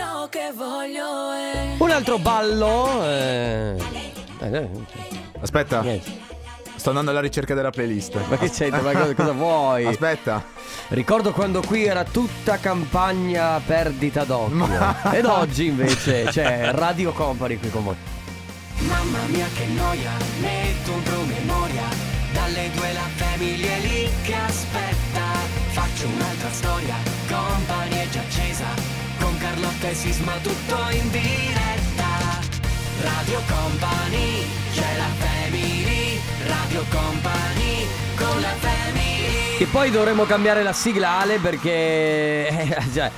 quello che voglio è. Un altro ballo. eh. Eh, eh, Aspetta, niente. sto andando alla ricerca della playlist. Ma che c'è? Ma cosa, cosa vuoi? Aspetta, Ricordo quando qui era tutta campagna perdita d'occhio. Ed oggi invece c'è Radio Company qui con voi. Mamma mia che noia, metto un promemoria Dalle due la famiglia è lì che aspetta Faccio un'altra storia, company è già accesa Con Carlotta e Sisma tutto in diretta Radio Company, c'è la family Radio Company, con la family Che poi dovremmo cambiare la sigla Ale perché eh, cioè,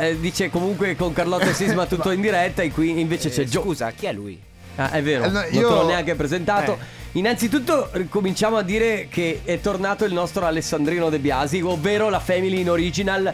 eh, dice comunque con Carlotta e Sisma tutto in diretta e qui invece c'è Gio. eh, Scusa, chi è lui? Ah, è vero, Eh, no, non io- te l'ho neanche presentato. Innanzitutto eh, cominciamo a dire che è tornato il nostro Alessandrino De Biasi, ovvero la Family in Original.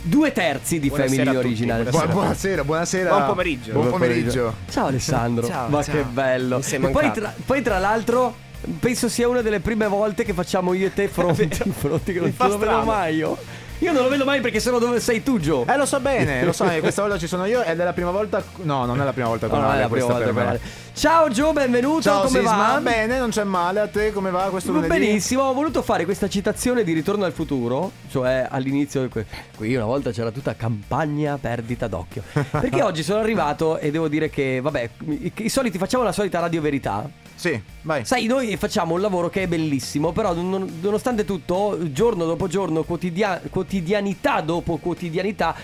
Due terzi di Buonasera Family in a tutti, Original. buonasera. Buona- buonasera, buonasera. Buon pomeriggio. Buon pomeriggio. Ciao Alessandro, Ciao, ma ciao. che bello. Mi sei e poi mancato. tra, poi tra l'altro penso sia una delle prime volte che facciamo io e te fronti, fronti che non fa te lo vedo strano. mai io. Io non lo vedo mai perché sono dove sei tu Gio. Eh, lo so bene, lo so, eh, questa volta ci sono io ed è la prima volta. No, non è la prima volta No, con no, è Ale, la prima questa volta per che me. vado. Ciao Gio, benvenuto, Ciao, come Sisma, va? bene, non c'è male. A te come va questo lunedì? Benissimo, ho voluto fare questa citazione di Ritorno al futuro, cioè all'inizio di que- qui una volta c'era tutta campagna perdita d'occhio. Perché oggi sono arrivato e devo dire che vabbè, i, i soliti facciamo la solita radio verità, Sì, vai. Sai, noi facciamo un lavoro che è bellissimo, però non- nonostante tutto, giorno dopo giorno, quotidia- quotidianità dopo quotidianità,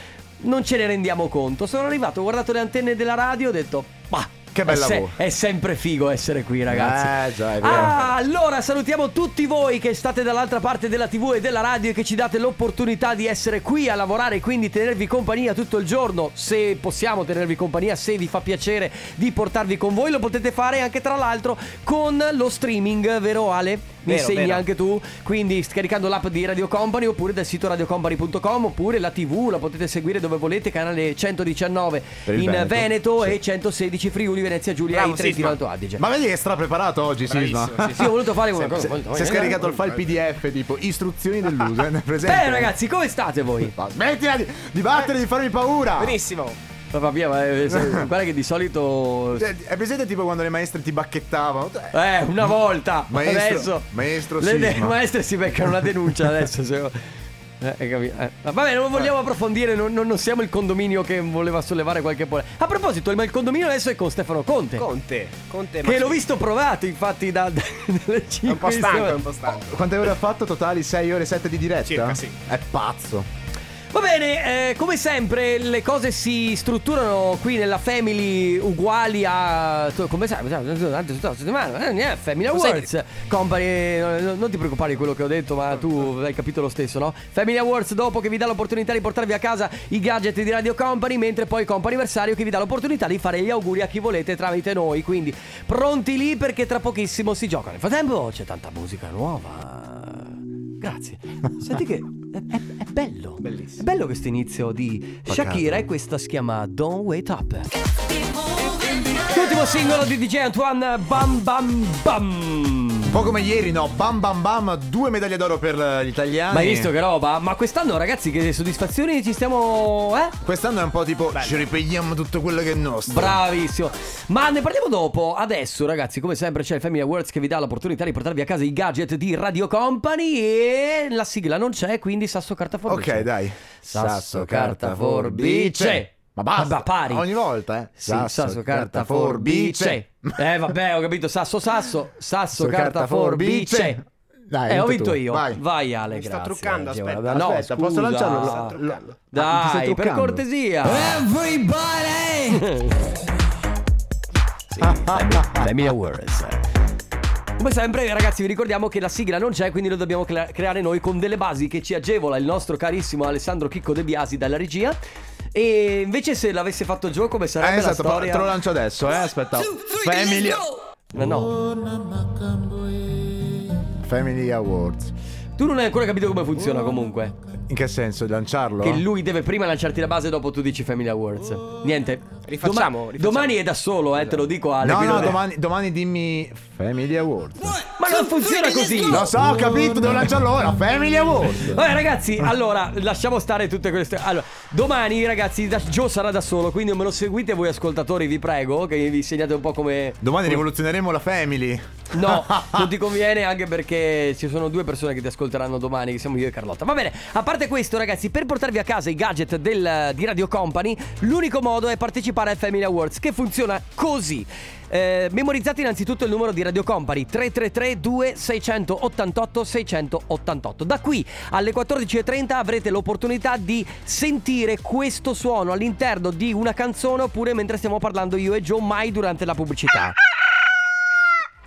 non ce ne rendiamo conto. Sono arrivato, ho guardato le antenne della radio e ho detto, bah, Che bella è, se- voce." è sempre figo essere qui, ragazzi. Eh, già, è vero. Ah, allora salutiamo tutti voi che state dall'altra parte della TV e della radio e che ci date l'opportunità di essere qui a lavorare e quindi tenervi compagnia tutto il giorno. Se possiamo tenervi compagnia, se vi fa piacere di portarvi con voi, lo potete fare anche tra l'altro con lo streaming, vero Ale? Mi Vero, insegni vero. anche tu, quindi scaricando l'app di Radio Company oppure dal sito radiocompany.com oppure la TV, la potete seguire dove volete, canale 119 Per il in Veneto, Veneto, e 116 Friuli, Venezia, Giulia Bravo, e Trentino Sisma. Alto Adige. Ma vedi che è strapreparato oggi, Sisma. Bravissimo, sì, Sì, ho voluto fare una cosa. Si è scaricato il file PDF tipo istruzioni dell'uso. eh, presente? Beh, ragazzi, come state voi? Ma Smettila di, di battere, di farmi paura. Benissimo Papà mia, ma eh, se- guarda che di solito. Cioè, è presente tipo quando le maestre ti bacchettavano? Eh, Eh, una volta. Maestro- adesso. maestro le, le Sisma. maestre si beccano una denuncia adesso. Se... Eh, hai capito? Eh, Vabbè, non vogliamo approfondire, non, non- non siamo il condominio che voleva sollevare qualche polemica. A proposito, ma il condominio adesso è con Stefano Conte. Conte Conte che l'ho visto provato, infatti, da, da, dalle 5 È un po' stanco, è un po' stanco Oh, Quante ore ha fatto totali? 6 ore e 7 di diretta? Circa, sì. È pazzo. Va bene, eh, come sempre le cose si strutturano qui nella Family uguali a... tu- Come sai, durante tutta la settimana, eh, niente, Family Awards, Company, eh, no- non ti preoccupare di quello che ho detto, ma tu hai capito lo stesso, no? Family Awards dopo che vi dà l'opportunità di portarvi a casa i gadget di Radio Company, mentre poi Company Anniversario che vi dà l'opportunità di fare gli auguri a chi volete tramite noi, quindi pronti lì perché tra pochissimo si gioca. Nel frattempo c'è tanta musica nuova. Grazie. Senti che è, è- è bello. Bellissimo. È bello questo inizio di Pacato. Shakira e questa si chiama Don't Wait Up. L'ultimo singolo di DJ Antoine Bam Bam Bam. Un po' come ieri, no? Bam bam bam, due medaglie d'oro per eh, gli italiani. Ma hai visto che roba? Ma quest'anno ragazzi che soddisfazioni ci stiamo... Eh? Quest'anno è un po' tipo ci riprendiamo tutto quello che è nostro. Bravissimo. Ma ne parliamo dopo. Adesso, ragazzi, come sempre, c'è il Family Awards che vi dà l'opportunità di portarvi a casa i gadget di Radio Company. E la sigla non c'è, quindi sasso carta forbice. Ok, dai. Sasso, carta, forbice. Ma basta. Vabbè, pari. Ogni volta, eh. Sì, sasso, carta, forbice. Eh, vabbè, ho capito. Sasso, sasso, sasso, carta, forbice. Dai, eh, ho vinto vinto tu. io. Vai, Vai. Ale. Mi sta grazie, truccando, Angelo. aspetta. Vabbè, No, Aspetta, posso scusa. lanciarlo? Mi sta truccando. Ah, ti Dai, stai per truccando? cortesia. Everybody! Family Awards. Come sempre, ragazzi, vi ricordiamo che la sigla non c'è, quindi lo dobbiamo crea- creare noi con delle basi che ci agevola il nostro carissimo Alessandro Chicco De Biasi dalla regia. E invece, se l'avesse fatto Gio, come sarebbe Eh, la esatto, storia? te lo lancio adesso, eh. Aspetta. Family, Ma no, Family Awards. tu non hai ancora capito come funziona Mm. comunque. In che senso? Lanciarlo? Mm. Che lui deve prima lanciarti la base e dopo tu dici Family Awards. Niente, Rifacciamo, Doma- rifacciamo. Domani è da solo, eh, te lo dico Ale. No, quindi no, non è- domani, domani dimmi Family Awards. Ma non funziona così. Lo so, ho capito, devo lanciarlo ora. Family Awards. Vabbè ragazzi, allora lasciamo stare tutte queste. Allora, domani ragazzi, da- Joe sarà da solo, quindi non me lo seguite voi ascoltatori, vi prego, che vi segnate un po' come... Domani rivoluzioneremo la Family. No, non ti conviene anche perché ci sono due persone che ti ascolteranno domani, che siamo io e Carlotta. Va bene, a parte questo ragazzi, per portarvi a casa i gadget del- di Radio Company, l'unico modo è partecipare al Family Awards, che funziona così. Eh, memorizzate innanzitutto il numero di Radio Company 333 2688 688. Da qui alle 14.30 avrete l'opportunità di sentire questo suono all'interno di una canzone oppure mentre stiamo parlando io e Joe mai durante la pubblicità.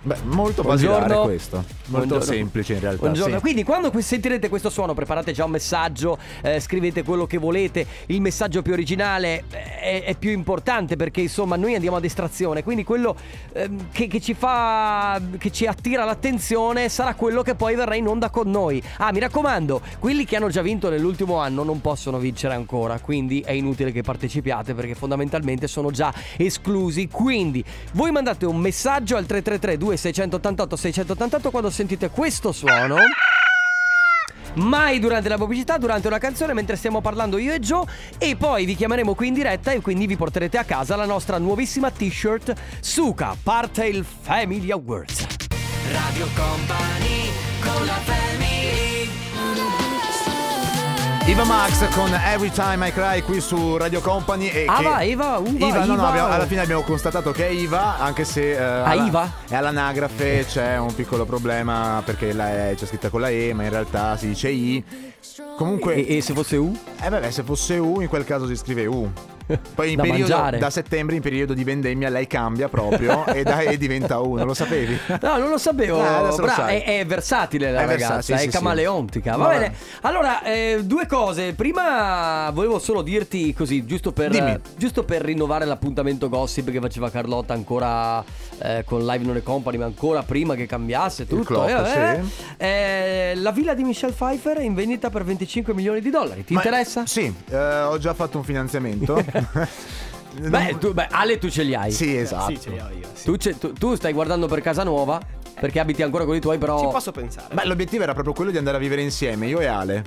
Beh, molto Buongiorno. basilare questo. Molto Buongiorno. semplice in realtà. Buongiorno. sì. Quindi quando que- sentirete questo suono preparate già un messaggio, eh, scrivete quello che volete, il messaggio più originale eh, è, è più importante perché insomma noi andiamo ad estrazione, quindi quello ehm, che, che ci fa, che ci attira l'attenzione sarà quello che poi verrà in onda con noi. Ah mi raccomando, quelli che hanno già vinto nell'ultimo anno non possono vincere ancora, quindi è inutile che partecipiate perché fondamentalmente sono già esclusi. Quindi voi mandate un messaggio al 333 2688 688 quando sentite questo suono. Mai durante la pubblicità, durante una canzone, mentre stiamo parlando io e Joe. E poi vi chiameremo qui in diretta e quindi vi porterete a casa la nostra nuovissima t-shirt Suka, parte il Family Awards. Radio Company con la family Iva Max con Every Time I Cry qui su Radio Company. E Ah, che... va, Eva, Uva, Iva, no, no, Iva. Ah, abbiamo- alla fine abbiamo constatato che è Iva, anche se eh, alla- Iva? è all'anagrafe c'è un piccolo problema perché la E c'è scritta con la E, ma in realtà si dice I. Comunque, E, e se fosse U? eh, vabbè, se fosse U, in quel caso si scrive U. Poi in Da periodo, mangiare. da settembre, in periodo di vendemmia, lei cambia proprio e, da E diventa U, non lo sapevi? No, non lo sapevo. Eh, adesso lo Bra- sai. è, è versatile la È ragazza, versatile, è sì, sì, sì. camaleontica. Va Ma- bene. Allora, eh, due cose. Prima volevo solo dirti così, giusto per, Dimmi. giusto per rinnovare l'appuntamento gossip che faceva Carlotta ancora eh, con Live Non e Company, ma ancora prima che cambiasse tutto. clock, Eh, vabbè. sì. Eh, la villa di Michelle Pfeiffer è in vendita per 25 milioni di dollari. Ti Ma- interessa? Sì, eh, ho già fatto un finanziamento. Beh, tu, beh, Ale, tu ce li hai. Sì, esatto. Sì, ce li ho io. Sì. Tu, ce- tu- tu stai guardando per casa nuova perché abiti ancora con i tuoi, però. Ci posso pensare. Beh, l'obiettivo era proprio quello di andare a vivere insieme, io e Ale.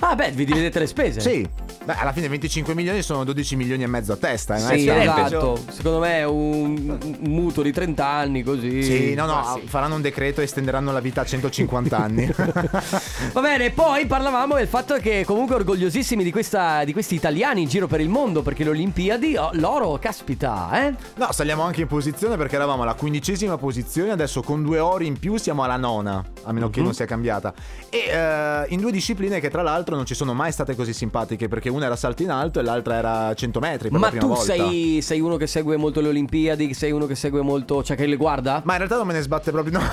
Ah, beh, vi dividete le spese. Eh, Sì. Beh, alla fine 25 milioni sono 12 milioni e mezzo a testa, eh, non è Sì, tanto. esatto. Secondo me è un, un mutuo di 30 anni così. Sì, no, no, Ah, sì. faranno un decreto e estenderanno la vita a 150 anni. Va bene, poi parlavamo del fatto che comunque orgogliosissimi di, questa, di questi italiani in giro per il mondo perché le Olimpiadi, oh, l'oro, caspita, eh? no, saliamo anche in posizione perché eravamo alla quindicesima posizione, adesso con due ore in più siamo alla nona, a meno Mhm. che non sia cambiata. E eh, in due discipline che tra l'altro non ci sono mai state così simpatiche perché una era salto in alto e l'altra era 100 metri per Ma la prima tu volta. sei, sei uno che segue molto le Olimpiadi, che sei uno che segue molto, cioè che le guarda? Ma in realtà non me ne sbatte proprio, no.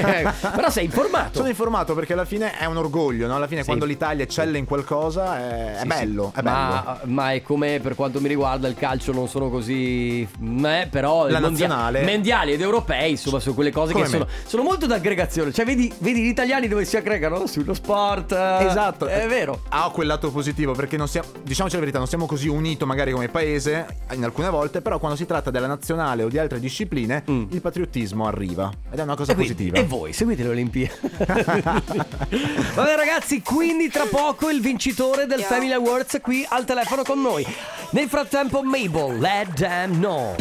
Però sei informato. Sono informato perché alla fine è un orgoglio, no? Alla fine quando l'Italia eccelle in qualcosa è, è Sì, bello, sì. è bello. Ma, eh, ma è come per quanto mi riguarda il calcio non sono così eh, però La i mondia- nazionale. mondiali ed europei insomma sono quelle cose Come che me. sono, sono molto d'aggregazione cioè vedi, vedi gli italiani dove si aggregano sullo sport eh, Esatto, è vero Ha quel lato positivo perché non siamo, diciamoci la verità, non siamo così uniti magari come paese in alcune volte, però quando si tratta della nazionale o di altre discipline, Mm. il patriottismo arriva ed è una cosa e, quindi- positiva. e voi seguite le Olimpiadi Vabbè ragazzi quindi tra poco il vincitore del Family Awards qui al telefono con noi Nel frattempo Mabel Let them know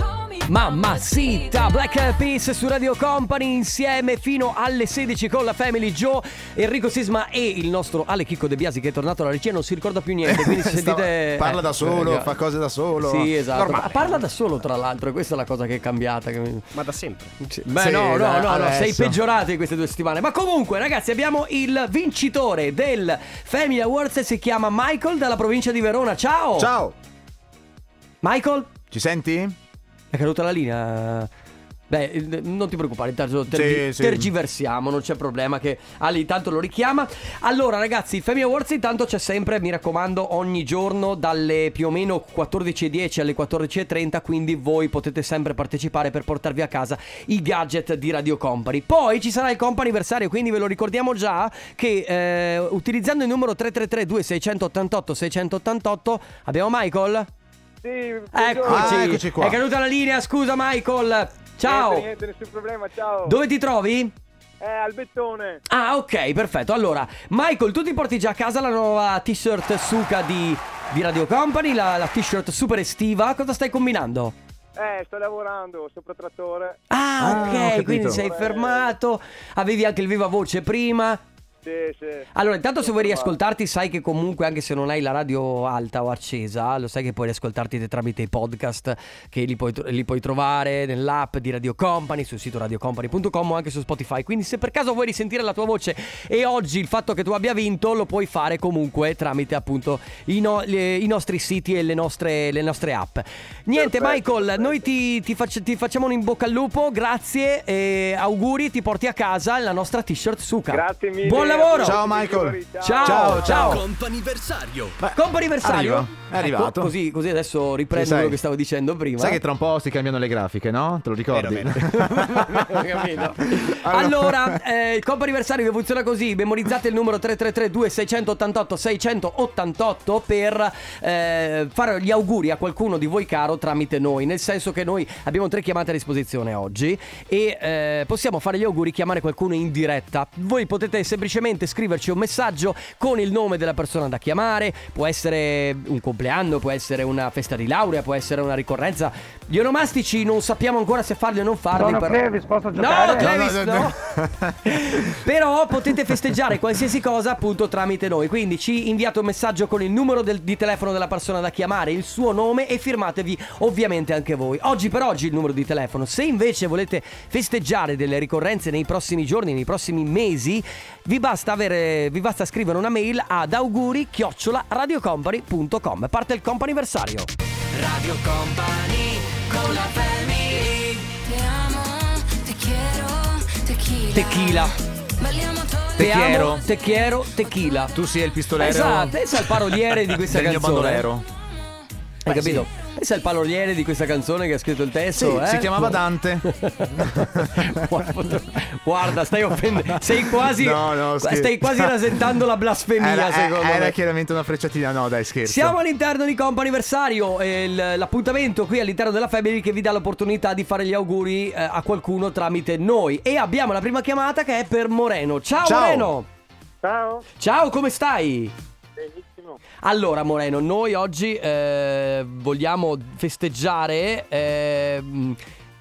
Mamma Sita Black Eyed Peas su Radio Company insieme fino alle 16 con la Family Joe Enrico Sisma e il nostro Ale Chicco De Biasi che è tornato alla regia e non si ricorda più niente quindi se Stava- sentite parla da solo, eh, fa cose da solo. Sì esatto Normale. Parla da solo tra l'altro e questa è la cosa che è cambiata che mi- Ma da sempre. Beh, Sì, no, no, dai, no, no, sei adesso. peggiorato in queste due settimane. Ma comunque, ragazzi, abbiamo il vincitore del Family Awards. Si chiama Michael dalla provincia di Verona. Ciao! Ciao, Michael, ci senti? è caduta la linea. Beh, eh, non ti preoccupare, intanto Sì, tergi- sì. tergiversiamo, non c'è problema che Ali tanto lo richiama. Allora ragazzi, il Family Awards intanto c'è sempre, mi raccomando, ogni giorno dalle più o meno 14.10 alle 14.30, quindi voi potete sempre partecipare per portarvi a casa i gadget di Radio Company. Poi ci sarà il comp'anniversario, quindi ve lo ricordiamo già che eh, utilizzando il numero 333 2688 688 abbiamo Michael. Sì, buongiorno. Eccoci. Ah, eccoci qua. È caduta la linea, scusa Michael. Niente, Ciao. niente, nessun problema, ciao. Dove ti trovi? Eh, al bettone. Ah, ok, perfetto. Allora, Michael, tu ti porti già a casa la nuova t-shirt Suka di, di Radio Company, la, la t-shirt super estiva. Cosa stai combinando? Eh, sto lavorando sopra trattore. Ah, Ah, ho capito. ok, quindi sei fermato. Avevi anche il viva voce prima. Sì, sì. Allora, intanto se vuoi Sono riascoltarti, sai che comunque anche se non hai la radio alta o accesa, lo sai che puoi riascoltarti te tramite i podcast che li puoi, li puoi trovare nell'app di Radio Company, sul sito radiocompany.com o anche su Spotify. Quindi se per caso vuoi risentire la tua voce e oggi il fatto che tu abbia vinto, lo puoi fare comunque tramite appunto i, no- le- i nostri siti e le nostre, le nostre app. Niente Perfetto, Michael, perfetto. noi ti, ti facci- ti facciamo un in bocca al lupo, grazie e auguri, ti porti a casa la nostra t-shirt Suka. Grazie mille. Buon lavoro! Ciao, Buon Michael. Ciao, giorno, ciao. Ciao, ciao. Comp'anniversario Beh, Comp'anniversario. arriva, È Ecco, arrivato. così, così adesso Sì, riprendo sai. quello che stavo dicendo prima. Sai che tra un po' si cambiano le grafiche, no? Te lo ricordi? Vero, Capito. Allora, eh, il comp'anniversario che funziona così, memorizzate il numero 333-2688-688 per eh, fare gli auguri a qualcuno di voi caro tramite noi, nel senso che noi abbiamo tre chiamate a disposizione oggi e eh, possiamo fare gli auguri, chiamare qualcuno in diretta. Voi potete semplicemente scriverci un messaggio con il nome della persona da chiamare, può essere un compleanno, può essere una festa di laurea, può essere una ricorrenza. Gli onomastici non sappiamo ancora se farli o non farli. Sono però- Clevis, posso No, giocare? Clevis, No, no. no, no. Però potete festeggiare qualsiasi cosa appunto tramite noi. Quindi ci inviate un messaggio con il numero del- di telefono della persona da chiamare, il suo nome e firmatevi ovviamente anche voi. Oggi per oggi il numero di telefono. Se invece volete festeggiare delle ricorrenze nei prossimi giorni, nei prossimi mesi, vi basta, avere, vi basta scrivere una mail ad auguri radiocompany.com. Parte il comp'anniversario. Radio Company con la family Te amo, te quiero, tequila. Tequila. Balliamo tutti. Techiero, Techiero, Tequila. Tu sei il pistolero. Pensa, pensa al paroliere di questa Esatto, del mio canzone. bandolero. Hai capito? Pensa al paroliere di questa canzone che ha scritto il testo. Sì, eh? si chiamava Dante. Guarda, stai offendendo. Sei quasi. No, no, scherzo. stai quasi rasentando la blasfemia, Era, eh, secondo era me. chiaramente una frecciatina, no, dai, scherzo. Siamo all'interno di Comp Anniversario, eh, l- l'appuntamento qui all'interno della Family che vi dà l'opportunità di fare gli auguri eh, a qualcuno tramite noi. E abbiamo la prima chiamata che è per Moreno. Ciao, Ciao. Moreno! Ciao. Ciao, come stai? Benissimo. Allora Moreno, noi oggi eh, vogliamo festeggiare eh,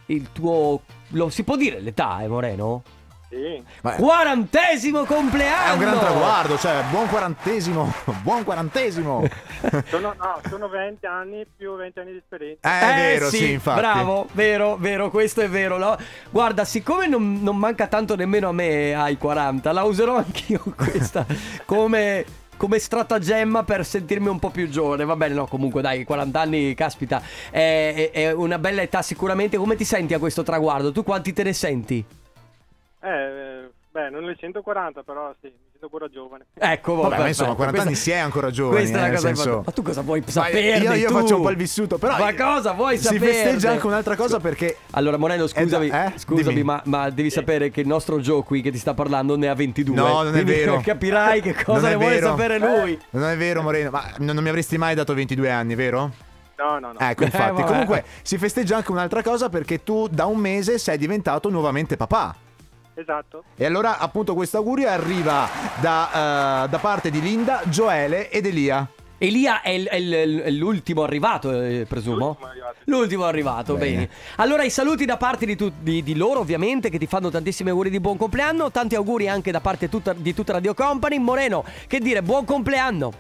il tuo... Lo, si può dire l'età, eh Moreno? Sì. Ma è- Quarantesimo compleanno! Eh. è un gran traguardo, cioè, buon quarantesimo. Buon quarantesimo. Eh Sono, no, sono 20 anni più 20 anni di esperienza. Eh, Eh, è vero, sì, infatti. Bravo, vero, vero, questo è vero. no? Guarda, siccome non, non manca tanto nemmeno a me ai 40, la userò anch'io questa come, come stratagemma per sentirmi un po' più giovane. Va bene, no, comunque dai, 40 anni, caspita, è, è- è una bella età sicuramente. Come ti senti a questo traguardo? Tu quanti te ne senti? Eh, beh, non le 140, però sì, mi sento ancora giovane. Ecco, Vabbè, ma perfetto. insomma, 40 anni si è ancora giovani, Questa è la eh, nel cosa che senso- faccio. Ma tu cosa vuoi Ma sapere? Io, io tu? faccio un po' il vissuto, però. Ma cosa vuoi si sapere? Si festeggia anche un'altra cosa perché. Allora Moreno scusami, Eh, eh? scusami Dimmi. ma, ma devi sapere che il nostro Joe qui che ti sta parlando ne ha 22 No, non è Quindi vero. Capirai che cosa Non è ne vuole vero. sapere lui Non è vero, Moreno, ma non non mi avresti mai dato 22 anni, vero? No, no, no. Ecco, Eh, infatti. vabbè. Comunque, si festeggia anche un'altra cosa perché tu da un mese sei diventato nuovamente papà. Esatto. E allora, appunto, questo augurio arriva da, eh, da parte di Linda, Joele ed Elia. Eh. Elia è, l- è l- è l'ultimo arrivato, eh, presumo. L'ultimo arrivato. L'ultimo arrivato, bene. Bene. Allora, i saluti da parte di, tu- di- di loro, ovviamente, che ti fanno tantissimi auguri di buon compleanno. Tanti auguri anche da parte tutta- di tutta Radio Company. Moreno, che dire, buon compleanno.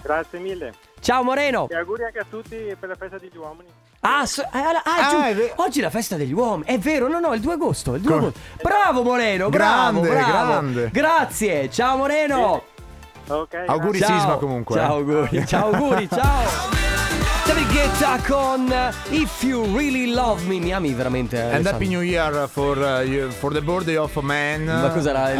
Grazie mille. Ciao Moreno. E auguri anche a tutti per la festa degli uomini. Ah, so- ah, ah, Ah, giù- è ve- oggi è la festa degli uomini, è vero, no, no, è il 2 agosto. il 2 Come- agosto. Bravo Moreno, bravo, Grande, bravo. grande. Grazie, ciao Moreno. Ok. Auguri. grazie. Ciao. Sisma comunque, Ciao eh. auguri, ciao auguri, ciao. David Guetta con If You Really Love Me, mi ami veramente. And Alessandro. happy new year for, uh, you- for the birthday of a man. Eh, Ma cos'era il-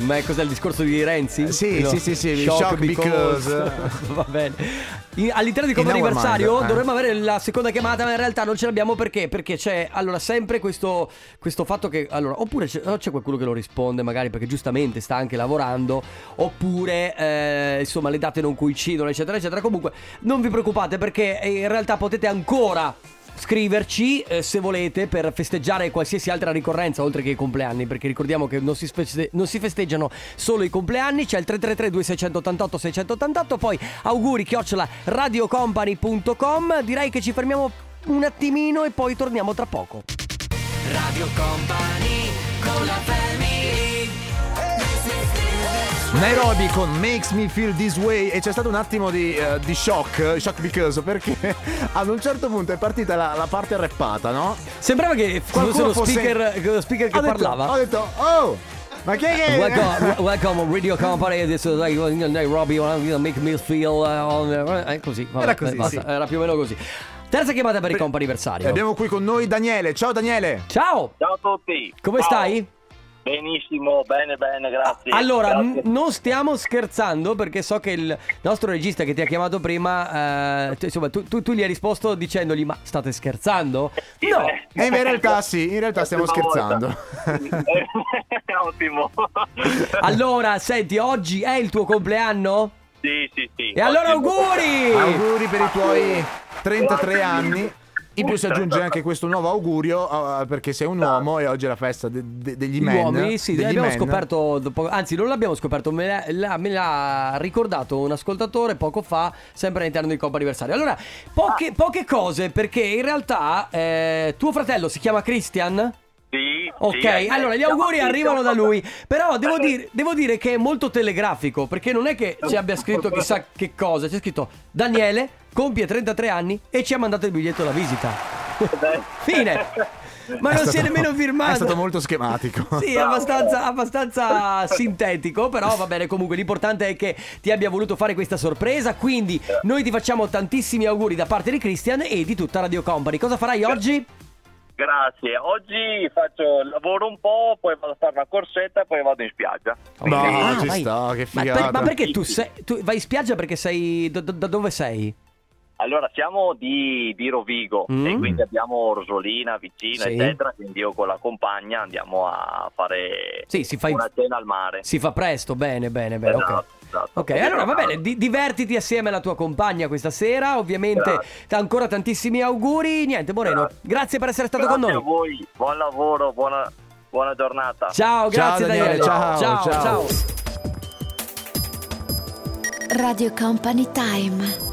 Ma cos'è il discorso di Renzi? Eh, sì, sì, sì, sì, shock because. Va bene. I- All'interno di come In our anniversario mind, eh. dovremmo avere la seconda chiamata, ma in realtà non ce l'abbiamo perché? Perché c'è allora sempre questo, questo fatto che. Allora, oppure c'è, o c'è qualcuno che lo risponde, magari perché giustamente sta anche lavorando, oppure eh, insomma le date non coincidono, eccetera, eccetera. Comunque, non vi preoccupate perché eh, in realtà potete ancora scriverci eh, se volete per festeggiare qualsiasi altra ricorrenza oltre che i compleanni perché ricordiamo che non si, feste- non si festeggiano solo i compleanni c'è il 333 2688 688 poi auguri chiocciola radiocompany.com direi che ci fermiamo un attimino e poi torniamo tra poco Nairobi con Makes Me Feel This Way e c'è stato un attimo di, eh, di shock, eh, shock because, perché ad un certo punto è partita la, la parte rappata, no? sembrava che fosse Qualcuno lo fosse- speaker, lo speaker che ho detto- parlava Ho detto, oh, ma che che... Welcome, welcome Radio Company, this is like you know, Robbie, you know, make me feel uh, on, eh, così, vabbè, Era così, eh, basta, sì. era più o meno così. Terza chiamata per il compa anniversario. Abbiamo qui con noi Daniele, ciao Daniele! Ciao, Ciao a tutti. come Ciao. stai? Benissimo, bene, bene, grazie. Allora, Grazie. n- non stiamo scherzando perché so che il nostro regista che ti ha chiamato prima, eh, tu- insomma, tu, tu- tu gli hai risposto dicendogli ma state scherzando? Sì, No, beh. E Eh, in realtà sì, in realtà stiamo Prima scherzando. volta. Eh, Ottimo. allora, senti, oggi è il tuo compleanno? sì, sì, sì. E allora Ottimo. auguri! Auguri per i tuoi 33 anni. In più si aggiunge anche questo nuovo augurio eh, perché sei un uomo e oggi è la festa de- de- degli Gli men. uomini, sì, degli abbiamo men. scoperto, dopo- anzi non l'abbiamo scoperto, me l'ha, la- me l'ha ricordato un ascoltatore poco fa, sempre all'interno di Coppa Anniversario. Allora, Ah. poche, poche cose, perché in realtà eh, tuo fratello si chiama Christian? Sì, Ok, sì, eh, allora gli auguri arrivano da lui, però devo dire, devo dire che è molto telegrafico, perché non è che ci abbia scritto chissà che cosa, c'è scritto Daniele compie 33 anni e ci ha mandato il biglietto alla visita. Fine. Ma È non si è stato- nemmeno firmato. È stato molto schematico. Sì, è abbastanza, abbastanza sintetico, però va bene comunque. L'importante è che ti abbia voluto fare questa sorpresa. Quindi noi ti facciamo tantissimi auguri da parte di Christian e di tutta Radio Company. Cosa farai oggi? Grazie. Oggi faccio lavoro un po', poi vado a fare una corsetta, poi vado in spiaggia. No, Ah, ci vai. sta, che Ma per- figata. Ma, perché tu, sei, tu vai in spiaggia perché sei... Da, da- da dove sei? Allora, siamo di, di Rovigo Mm. e quindi abbiamo Rosolina vicina, Sì. eccetera. Quindi io con la compagna andiamo a fare Sì, si fa, in- una cena al mare. si fa presto, bene, bene, bene. ok. Esatto, esatto. Ok, allora va bene, di- divertiti assieme alla tua compagna questa sera, ovviamente Grazie. t- ancora tantissimi auguri, niente Moreno, grazie, Grazie. per essere stato Grazie con noi. a voi, buon lavoro, buona, buona giornata. Ciao, grazie Daniele, Daniele. ciao, ciao. ciao. ciao. Radio Company Time.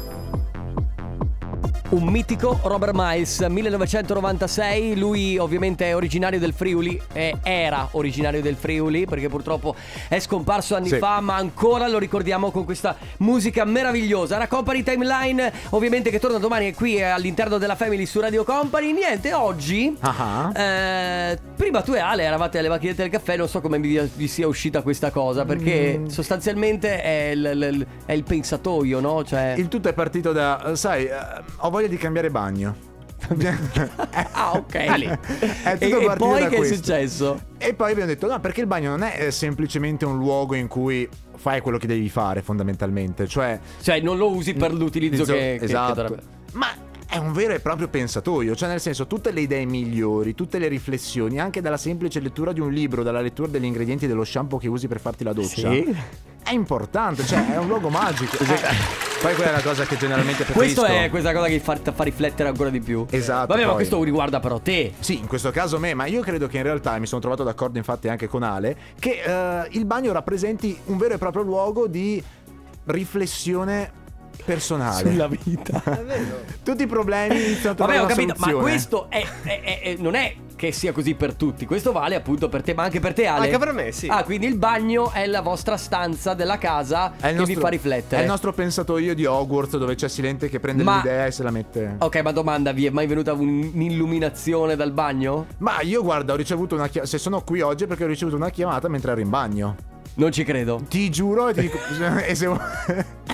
Un mitico Robert Miles, 1996, lui ovviamente è originario del Friuli, eh, era originario del Friuli perché purtroppo è scomparso anni Sì. fa, ma ancora lo ricordiamo con questa musica meravigliosa. La Company Timeline ovviamente che torna domani è qui eh, all'interno della Family su Radio Company. Niente, oggi... Ah, ah. eh, prima tu e Ale eravate alle macchinette del caffè, non so come vi, vi sia uscita questa cosa, perché Mm. sostanzialmente è il, il- è il pensatoio, no? Cioè... Il tutto è partito da, eh, sai, eh, ho voglia di cambiare bagno. Ah, ok. È tutto E- e partito poi da che è questo. successo? E poi abbiamo detto: no, perché il bagno non è eh, semplicemente un luogo in cui fai quello che devi fare, fondamentalmente. Cioè, Cioè, non lo usi per l'utilizzo che, che- che esatto. dovrebbe- Ma è un vero e proprio pensatoio, cioè nel senso tutte le idee migliori, tutte le riflessioni, anche dalla semplice lettura di un libro, dalla lettura degli ingredienti dello shampoo che usi per farti la doccia. Sì. È importante, cioè è un luogo magico. Eh, Poi quella è la cosa che generalmente preferisco. Questo è questa cosa che fa, ti fa riflettere ancora di più. Esatto, Vabbè, ma poi. questo riguarda però te. Sì, in questo caso me, ma io credo che in realtà mi sono trovato d'accordo infatti anche con Ale che eh, il bagno rappresenti un vero e proprio luogo di riflessione personale. Sulla vita. Tutti i problemi iniziano Ah, a Vabbè, trovare ho una capito, ma soluzione. questo è, è- è- è- non è che sia così per tutti. Questo vale appunto per te, ma anche per te, Ale. Anche per me, sì. Ah, quindi il bagno è la vostra stanza della casa È che il vi nostro- fa riflettere. È il nostro pensatoio di Hogwarts dove c'è Silente che prende Ma- l'idea e se la mette. Ok, ma domanda, vi è mai venuta un- un'illuminazione dal bagno? Ma io guarda, ho ricevuto una chiamata. Se sono qui oggi è perché ho ricevuto una chiamata mentre ero in bagno. Non ci credo. Ti giuro e ti dico. e se...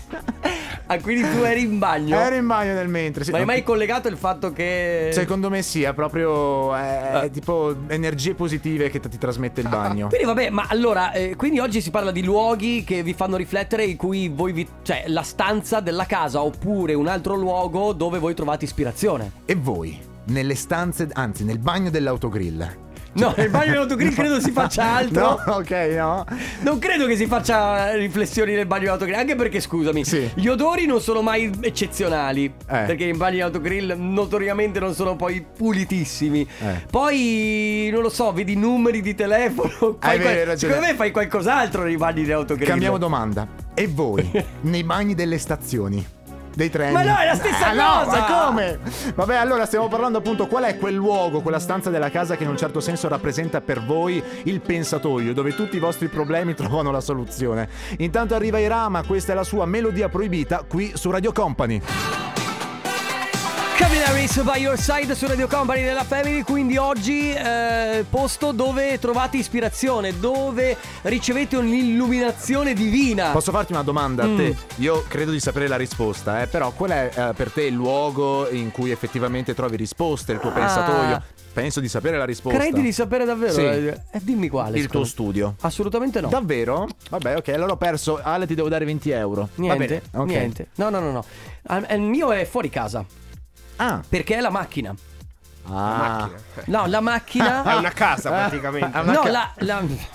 Ah, quindi tu eri in bagno? ero in bagno nel mentre. sì. Ma hai Non- mai collegato il fatto che. Cioè, Secondo me sì, è proprio. È, è Eh. Ah. tipo energie positive che t- ti trasmette il bagno. Quindi vabbè, ma allora, eh, quindi oggi si parla di luoghi che vi fanno riflettere, in cui voi vi. cioè la stanza della casa oppure un altro luogo dove voi trovate ispirazione. E voi, nelle stanze, anzi nel bagno dell'autogrill, No, il bagno dell'autogrill credo si faccia altro. Cioè, No, ok, no. Non credo che si faccia riflessioni nel bagno autogrill, anche perché scusami, Sì. Eh. gli odori non sono mai eccezionali, perché in bagno autogrill notoriamente non sono poi pulitissimi. Eh. Poi non lo so, vedi i numeri di telefono, fai vero, hai qual- ragione. secondo me fai qualcos'altro nei bagni di autogrill. Cambiamo domanda. E voi, nei bagni delle stazioni? Dei treni? Ma no, è la stessa Ah, no, cosa! ma come? Vabbè, allora stiamo parlando appunto qual è quel luogo, quella stanza della casa che in un certo senso rappresenta per voi il pensatoio, dove tutti i vostri problemi trovano la soluzione. Intanto arriva Irama, questa è la sua melodia proibita qui su Radio Company. Caminaris by your side su Radio Company della Family, quindi oggi eh, posto dove trovate ispirazione, dove ricevete un'illuminazione divina. Posso farti una domanda a te? Mm. Io credo di sapere la risposta, eh, però qual è eh, per te il luogo in cui effettivamente trovi risposte, il tuo Ah. pensatoio? Penso di sapere la risposta. Credi di sapere davvero? Sì. Eh, dimmi quale. Il tuo scusa. studio. Assolutamente no. Davvero? Vabbè, ok, allora ho perso. Ale, ti devo dare 20 euro. Va niente, bene, ok. niente. No, no, no, no. Al- Il mio è fuori casa. Ah, Perché è la macchina. ah. No, la macchina. È una casa praticamente. Ah, una No, ca- la,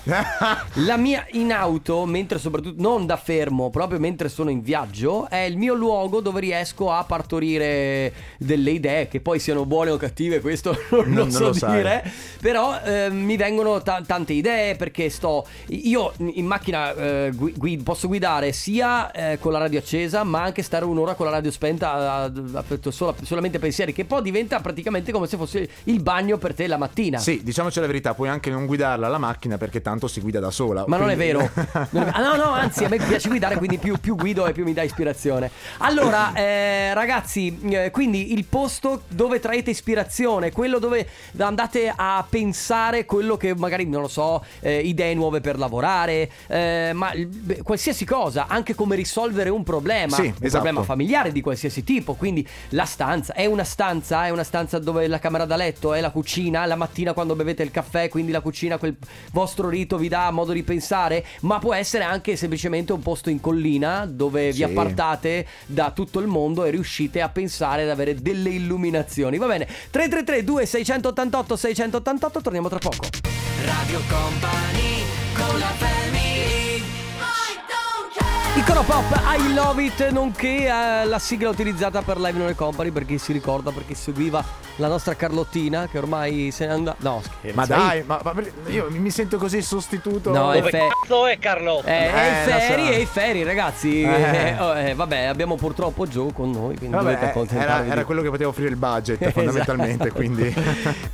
la- la mia in auto, mentre soprattutto non da fermo, proprio mentre sono in viaggio, è il mio luogo dove riesco a partorire delle idee che poi siano buone o cattive, questo non, Non- non lo so lo sai. dire. Però eh, mi vengono ta- tante idee perché sto. Io in macchina eh, gui- gui- posso guidare sia eh, con la radio accesa, ma anche stare un'ora con la radio spenta, a- a- a- solo- solamente pensieri, che poi diventa praticamente come se fosse il bagno per te la mattina. Sì, diciamoci la verità, puoi anche non guidarla la macchina perché tanto si guida da sola. Ma non è quindi- vero. Non è- Ah, no, no, anzi, a me piace guidare, quindi più, più guido e più mi dà ispirazione. Allora, eh, ragazzi, eh, quindi il posto dove traete ispirazione, quello dove andate a pensare quello che magari, non lo so, eh, idee nuove per lavorare, eh, ma il- beh, qualsiasi cosa, anche come risolvere un problema, Sì, un esatto. problema familiare di qualsiasi tipo. Quindi la stanza è una stanza, è una stanza dove è la camera da letto, è la cucina, la mattina quando bevete il caffè, quindi la cucina, quel vostro rito vi dà modo di pensare, ma può essere anche semplicemente un posto in collina dove Sì. vi appartate da tutto il mondo e riuscite a pensare ad avere delle illuminazioni. Va bene, 333 2688 688, torniamo tra poco. Icona Pop, I Love It, nonché eh, la sigla utilizzata per Live Non Company per chi si ricorda, perché seguiva la nostra Carlottina che ormai se ne andava... No, scherzo. Ma dai, Eh, ma, ma per- io mi sento così sostituto. No, è fe- Cazzo è Carlotta? eh, è Eh, i lo ferri, so. è i ferri ragazzi. Eh. Eh, oh, eh, vabbè, abbiamo purtroppo Joe con noi, quindi dovete Vabbè, eh, accontentarvi. era, di- era quello che poteva offrire il budget fondamentalmente, Esatto. quindi...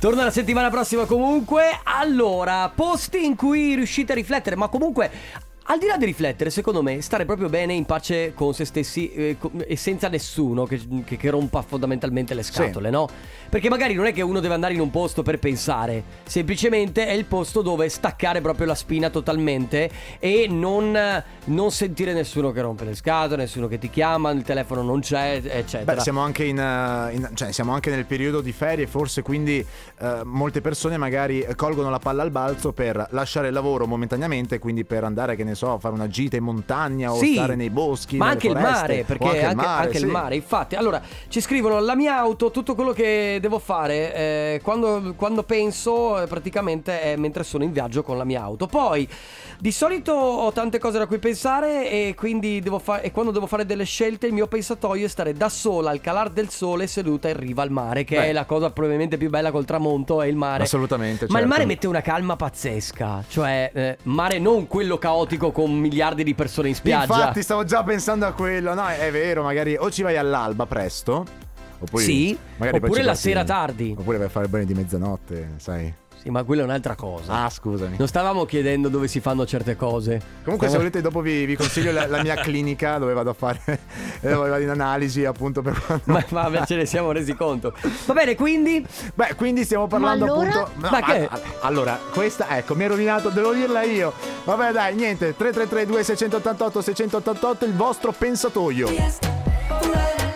Torna la settimana prossima comunque. Allora, posti in cui riuscite a riflettere, ma comunque al di là di riflettere, secondo me, stare proprio bene in pace con se stessi eh, co- e senza nessuno che, che- che rompa fondamentalmente le scatole, no? Perché magari non è che uno deve andare in un posto per pensare, semplicemente è il posto dove staccare proprio la spina totalmente e non, non sentire nessuno che rompe le scatole, nessuno che ti chiama, il telefono non c'è, eccetera. Beh, siamo anche, in, eh, in- cioè, siamo anche nel periodo di ferie, forse quindi eh, molte persone magari colgono la palla al balzo per lasciare il lavoro momentaneamente, quindi per andare, che ne so, a fare una gita in montagna o Sì, stare nei boschi. Ma nelle anche il foreste, mare, o perché anche, anche sì. il mare. Infatti, allora ci scrivono la mia auto, tutto quello che devo fare eh, quando, quando penso eh, praticamente è mentre sono in viaggio con la mia auto. Poi di solito ho tante cose da cui pensare e quindi devo fare e quando devo fare delle scelte il mio pensatoio è stare da sola al calar del sole seduta in riva al mare, che Beh. è la cosa probabilmente più bella col tramonto è il mare. Assolutamente. Ma il certo. mare mette una calma pazzesca, cioè eh, mare non quello caotico con miliardi di persone in spiaggia. Infatti, stavo già pensando a quello. No, è vero, magari o ci vai all'alba presto. Oppure, Sì, magari poi oppure ci la passi- sera tardi. Oppure vai a fare il bagno di mezzanotte, sai. Sì, ma quella è un'altra cosa. Ah, scusami. Non stavamo chiedendo dove si fanno certe cose. Comunque, se Stavo- volete, dopo vi, vi consiglio la, la mia clinica dove vado a fare eh, dove vado in analisi appunto per quanto. Ma, ma ce ne siamo resi conto. Va bene, quindi. Beh, quindi stiamo parlando appunto. No, Ma che- allora, questa, ecco, mi ha rovinato, devo dirla io. Vabbè, dai, niente. 3332 688 688 il vostro pensatoio.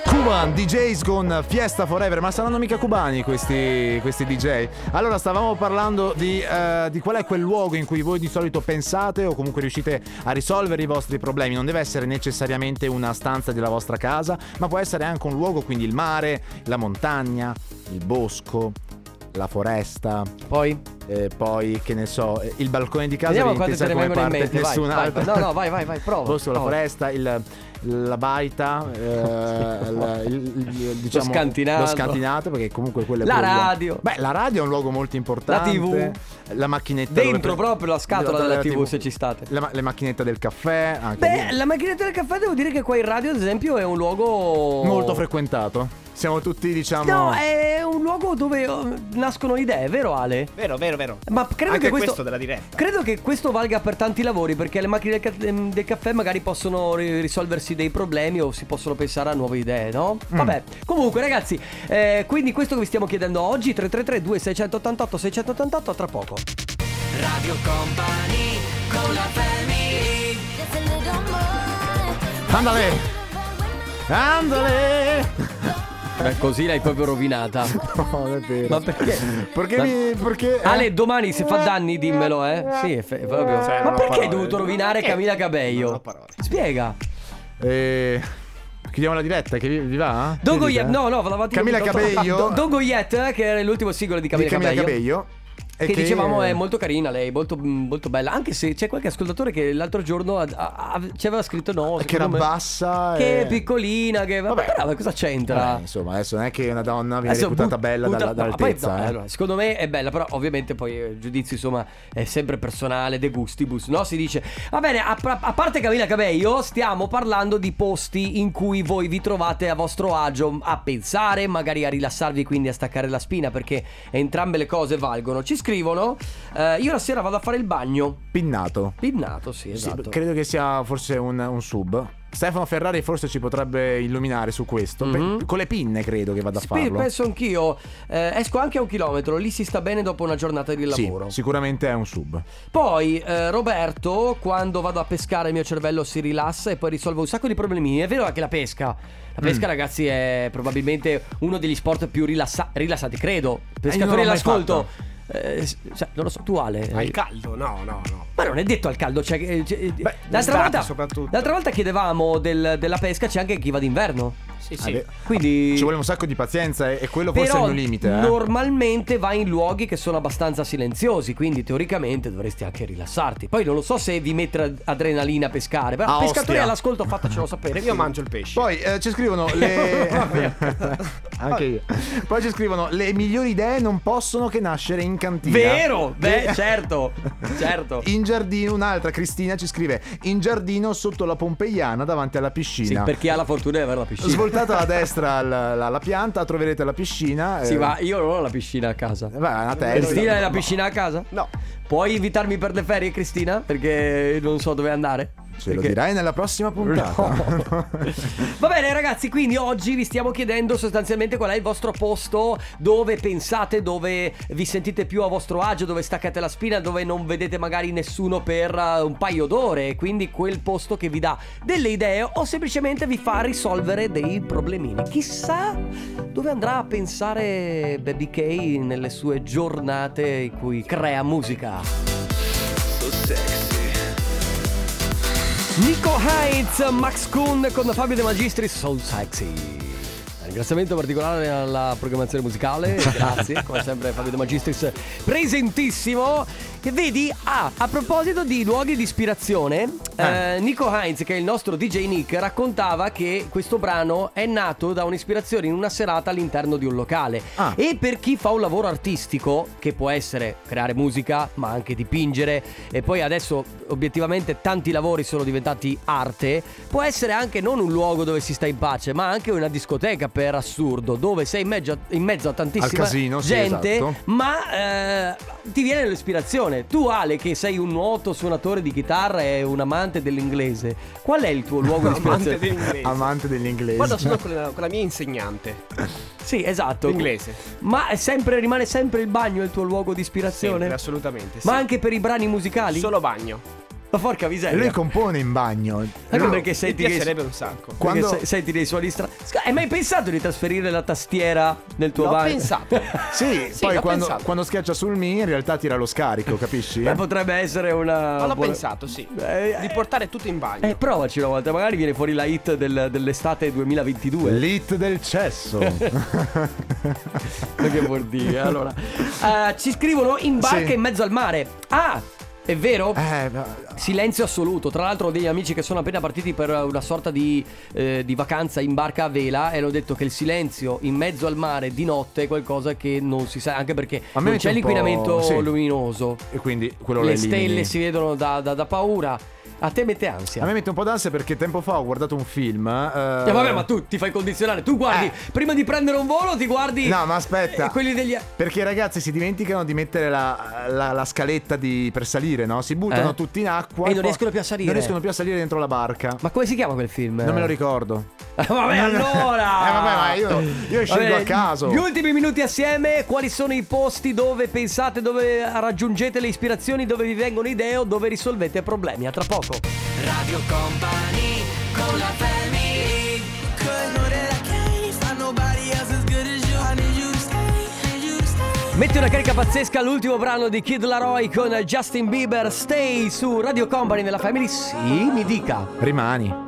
Cuban DJs con Fiesta Forever, ma saranno mica cubani questi, questi DJ? Allora, stavamo parlando di, eh, di qual è quel luogo in cui voi di solito pensate o comunque riuscite a risolvere i vostri problemi. Non deve essere necessariamente una stanza della vostra casa, ma può essere anche un luogo, quindi il mare, la montagna, il bosco, la foresta. Poi. eh, poi che ne so, eh, il balcone di casa Vediamo viene quante te ne intesa come vengono in parte mente. Vai, vai, nessun'altra. no, no, vai, vai, vai, prova. Bosco, la prova. foresta, il- la baita, eh, la- il- il- il- diciamo, scantinato. lo scantinato, perché comunque quello è La proprio- radio. Beh, la radio è un luogo molto importante. La TV. La macchinetta. Dentro dove- proprio la scatola della TV, se ci state. La, ma- le macchinette del caffè. Anche Beh, lì. la macchinetta del caffè devo dire che qua in radio, ad esempio, è un luogo Molto frequentato. Siamo tutti, diciamo. No, è un luogo dove oh, nascono idee, vero Ale? Vero, vero, vero. Ma credo Anche che questo, questo della diretta. Credo che questo valga per tanti lavori, perché le macchine del, ca- ehm, del caffè magari possono ri- risolversi dei problemi o si possono pensare a nuove idee, no? Vabbè. Comunque, ragazzi, eh, quindi questo che vi stiamo chiedendo oggi 333 2688 688 tra poco. Radio Company con la family Andale! Andale! Beh, così l'hai proprio rovinata. No, non è vero. Ma perché? Perché Ma- mi. Perché. eh? Ale, domani se fa danni dimmelo, eh. Sì, è fe- proprio. Cioè, Ma non ho perché hai parole. dovuto rovinare Camilla Cabello? Non ho parole. Spiega. Eh, Chiudiamo la diretta, che vi, vi va? Don Che dite? Goyet, no, no, vado avanti. Camilla io purtroppo. Cabello. Do- Don Goyet, eh, che era l'ultimo singolo di Di Camilla, Camilla Cabello. Cabello. e Che, dicevamo è molto carina lei, molto, molto bella. Anche se c'è qualche ascoltatore che l'altro giorno ha- ha- ha- ci aveva scritto no. Che secondo era me- bassa. Che e- è piccolina, che. Vabbè, Vabbè. però, cosa c'entra? Vabbè, insomma, adesso non è che una donna viene Adesso reputata but- bella butta- dalla- no, dall'altezza. poi, no, eh. allora, secondo me è bella, però ovviamente poi eh, giudizio insomma è sempre personale, de gustibus, no? Si dice. Va bene, a, pra- a parte Camilla Cabello, stiamo parlando di posti in cui voi vi trovate a vostro agio mm, a pensare, magari a rilassarvi, quindi a staccare la spina, perché entrambe le cose valgono. Ci scrivono, eh, io la sera vado a fare il bagno. Pinnato. Pinnato, sì, Sì, esatto. credo che sia forse un, un sub. Stefano Ferrari forse ci potrebbe illuminare su questo. Pe- Mhm. con le pinne credo che vada a Sì, farlo. penso anch'io, Eh, esco anche a un chilometro, lì si sta bene dopo una giornata di Sì, lavoro. sicuramente è un sub. Poi eh, Roberto, quando vado a pescare il mio cervello si rilassa e poi risolve un sacco di problemi. È vero anche la pesca. La pesca, ragazzi, è probabilmente uno degli sport più rilassa- rilassati, credo. Pescatori l'ho mai all'ascolto. Eh, s- cioè, non lo so, tu Ale. Al caldo? No, no, no. Ma non è detto al caldo, cioè, eh, cioè, eh, l'altra, d'estate volta, soprattutto. l'altra volta chiedevamo del- della pesca, c'è anche chi va d'inverno. Sì, Ah, beh, sì. Quindi Ci vuole un sacco di pazienza e, e quello forse però è il mio limite. eh. normalmente vai in luoghi che sono abbastanza silenziosi, quindi teoricamente dovresti anche rilassarti. Poi non lo so se vi mette ad- adrenalina a pescare, però A pescatori Ostia. all'ascolto fatecelo sapere. Perché io mangio il pesce. Poi eh, ci scrivono le. Anche io. Poi ci scrivono le migliori idee non possono che nascere in cantina. Vero? Beh, E- certo, certo. In giardino, un'altra Cristina ci scrive: In giardino sotto la Pompeiana davanti alla Sì, piscina. per chi ha la fortuna di avere la piscina. Svoltata a destra la, la- la pianta, troverete la piscina. Sì, eh, ma io non ho la piscina a casa. Beh, è una testa. Cristina hai la piscina a casa? No. Puoi invitarmi per le ferie, Cristina? Perché non so dove andare. Ce lo Perché- dirai nella prossima puntata. Va bene ragazzi, quindi oggi vi stiamo chiedendo sostanzialmente qual è il vostro posto dove pensate, dove vi sentite più a vostro agio, dove staccate la spina, dove non vedete magari nessuno per eh, un paio d'ore, quindi quel posto che vi dà delle idee o semplicemente vi fa risolvere dei problemini. Chissà dove andrà a pensare Baby K nelle sue giornate in cui crea musica. Nico Heinz, Max Kuhn con Fabio De Magistris, Soul Sexy. Ringraziamento particolare alla programmazione musicale, grazie, come sempre Fabio De Magistris presentissimo. E vedi, ah, a proposito di luoghi di ispirazione, eh, Nico Heinz, che è il nostro DJ Nick, raccontava che questo brano è nato da un'ispirazione in una serata all'interno di un locale. Ah. E per chi fa un lavoro artistico, che può essere creare musica, ma anche dipingere, e poi adesso obiettivamente tanti lavori sono diventati arte, può essere anche non un luogo dove si sta in pace, ma anche una discoteca per assurdo, dove sei in mezzo a, in mezzo a tantissima Al casino, sì, gente, esatto. ma eh, ti viene l'ispirazione. Tu Ale, che sei un nuoto suonatore di chitarra e un amante dell'inglese, qual è il tuo luogo di Amante ispirazione? dell'inglese. Amante dell'inglese. Guarda, sono con la, con la mia insegnante. Sì, esatto. Inglese. Ma è sempre, rimane sempre il bagno il tuo luogo di ispirazione? Sempre, assolutamente. sì. Ma anche per i brani musicali? Solo bagno. Ma porca E miseria. lui compone in bagno. Anche Lui- perché senti Mi che piacerebbe un sacco. Perché Quando- se- senti dei suoni strani. Scusa, Hai mai pensato di trasferire la tastiera nel tuo L'ho bagno? pensato. Sì, Sì, poi l'ho quando, pensato. quando schiaccia sul mi in realtà tira lo scarico, capisci? Beh, Eh, potrebbe essere una. Ma l'ho buona- pensato, sì. Eh, eh. Di portare tutto in bagno. Eh, provaci una volta, magari viene fuori la hit del- dell'estate 2022. L'hit del cesso. Ma che vuol dire? Allora, eh, ci scrivono in barca Sì. in mezzo al mare. Ah, è vero? eh, ma- Silenzio assoluto. Tra l'altro, ho degli amici che sono appena partiti per una sorta di, eh, di vacanza in barca a vela e hanno detto che il silenzio in mezzo al mare di notte è qualcosa che non si sa, anche perché A me non mette c'è un po', l'inquinamento sì. luminoso. e quindi quello Le lo elimini. stelle si vedono da, da- da paura. A te mette ansia. A me mette un po' d'ansia perché tempo fa ho guardato un film. eh, Eh, vabbè, ma tu ti fai condizionare. Tu guardi, Eh. prima di prendere un volo, ti guardi. No, ma aspetta. eh, quelli degli. Perché i ragazzi si dimenticano di mettere la, la- la scaletta di- per salire, no? Si buttano Eh. tutti in acqua. E non poi- riescono più a salire. Non riescono più a salire dentro la barca. Ma come si chiama quel film? Non me lo ricordo. Ah, Vabbè, No, no. allora. Eh, vabbè, ma io- io scelgo Vabbè, a caso. Gli ultimi minuti assieme, quali sono i posti dove pensate, dove raggiungete le ispirazioni, dove vi vengono idee o dove risolvete problemi? A tra poco. Radio Company con la family. Cause know that I can't find nobody else as good as you. I need you to stay, need you to stay. Metti una carica pazzesca all'ultimo brano di Kid Laroi con Justin Bieber Stay su Radio Company nella Family. Sì, mi dica. Rimani.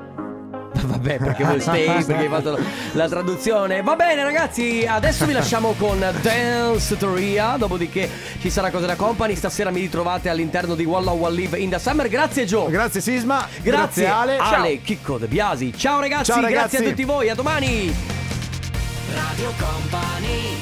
Vabbè, perché voi stay, perché hai fatto la, la traduzione. Va bene, ragazzi, adesso vi lasciamo con Dance Toria. Dopodiché ci sarà Cosa da Company. Stasera mi ritrovate all'interno di Walla Wall Live in the Summer. Grazie, Joe. Grazie Sisma. Grazie, Ale. Ciao. Ale Chicco De Biasi. Ciao ragazzi, Ciao, grazie ragazzi. a tutti voi. A domani. Radio Company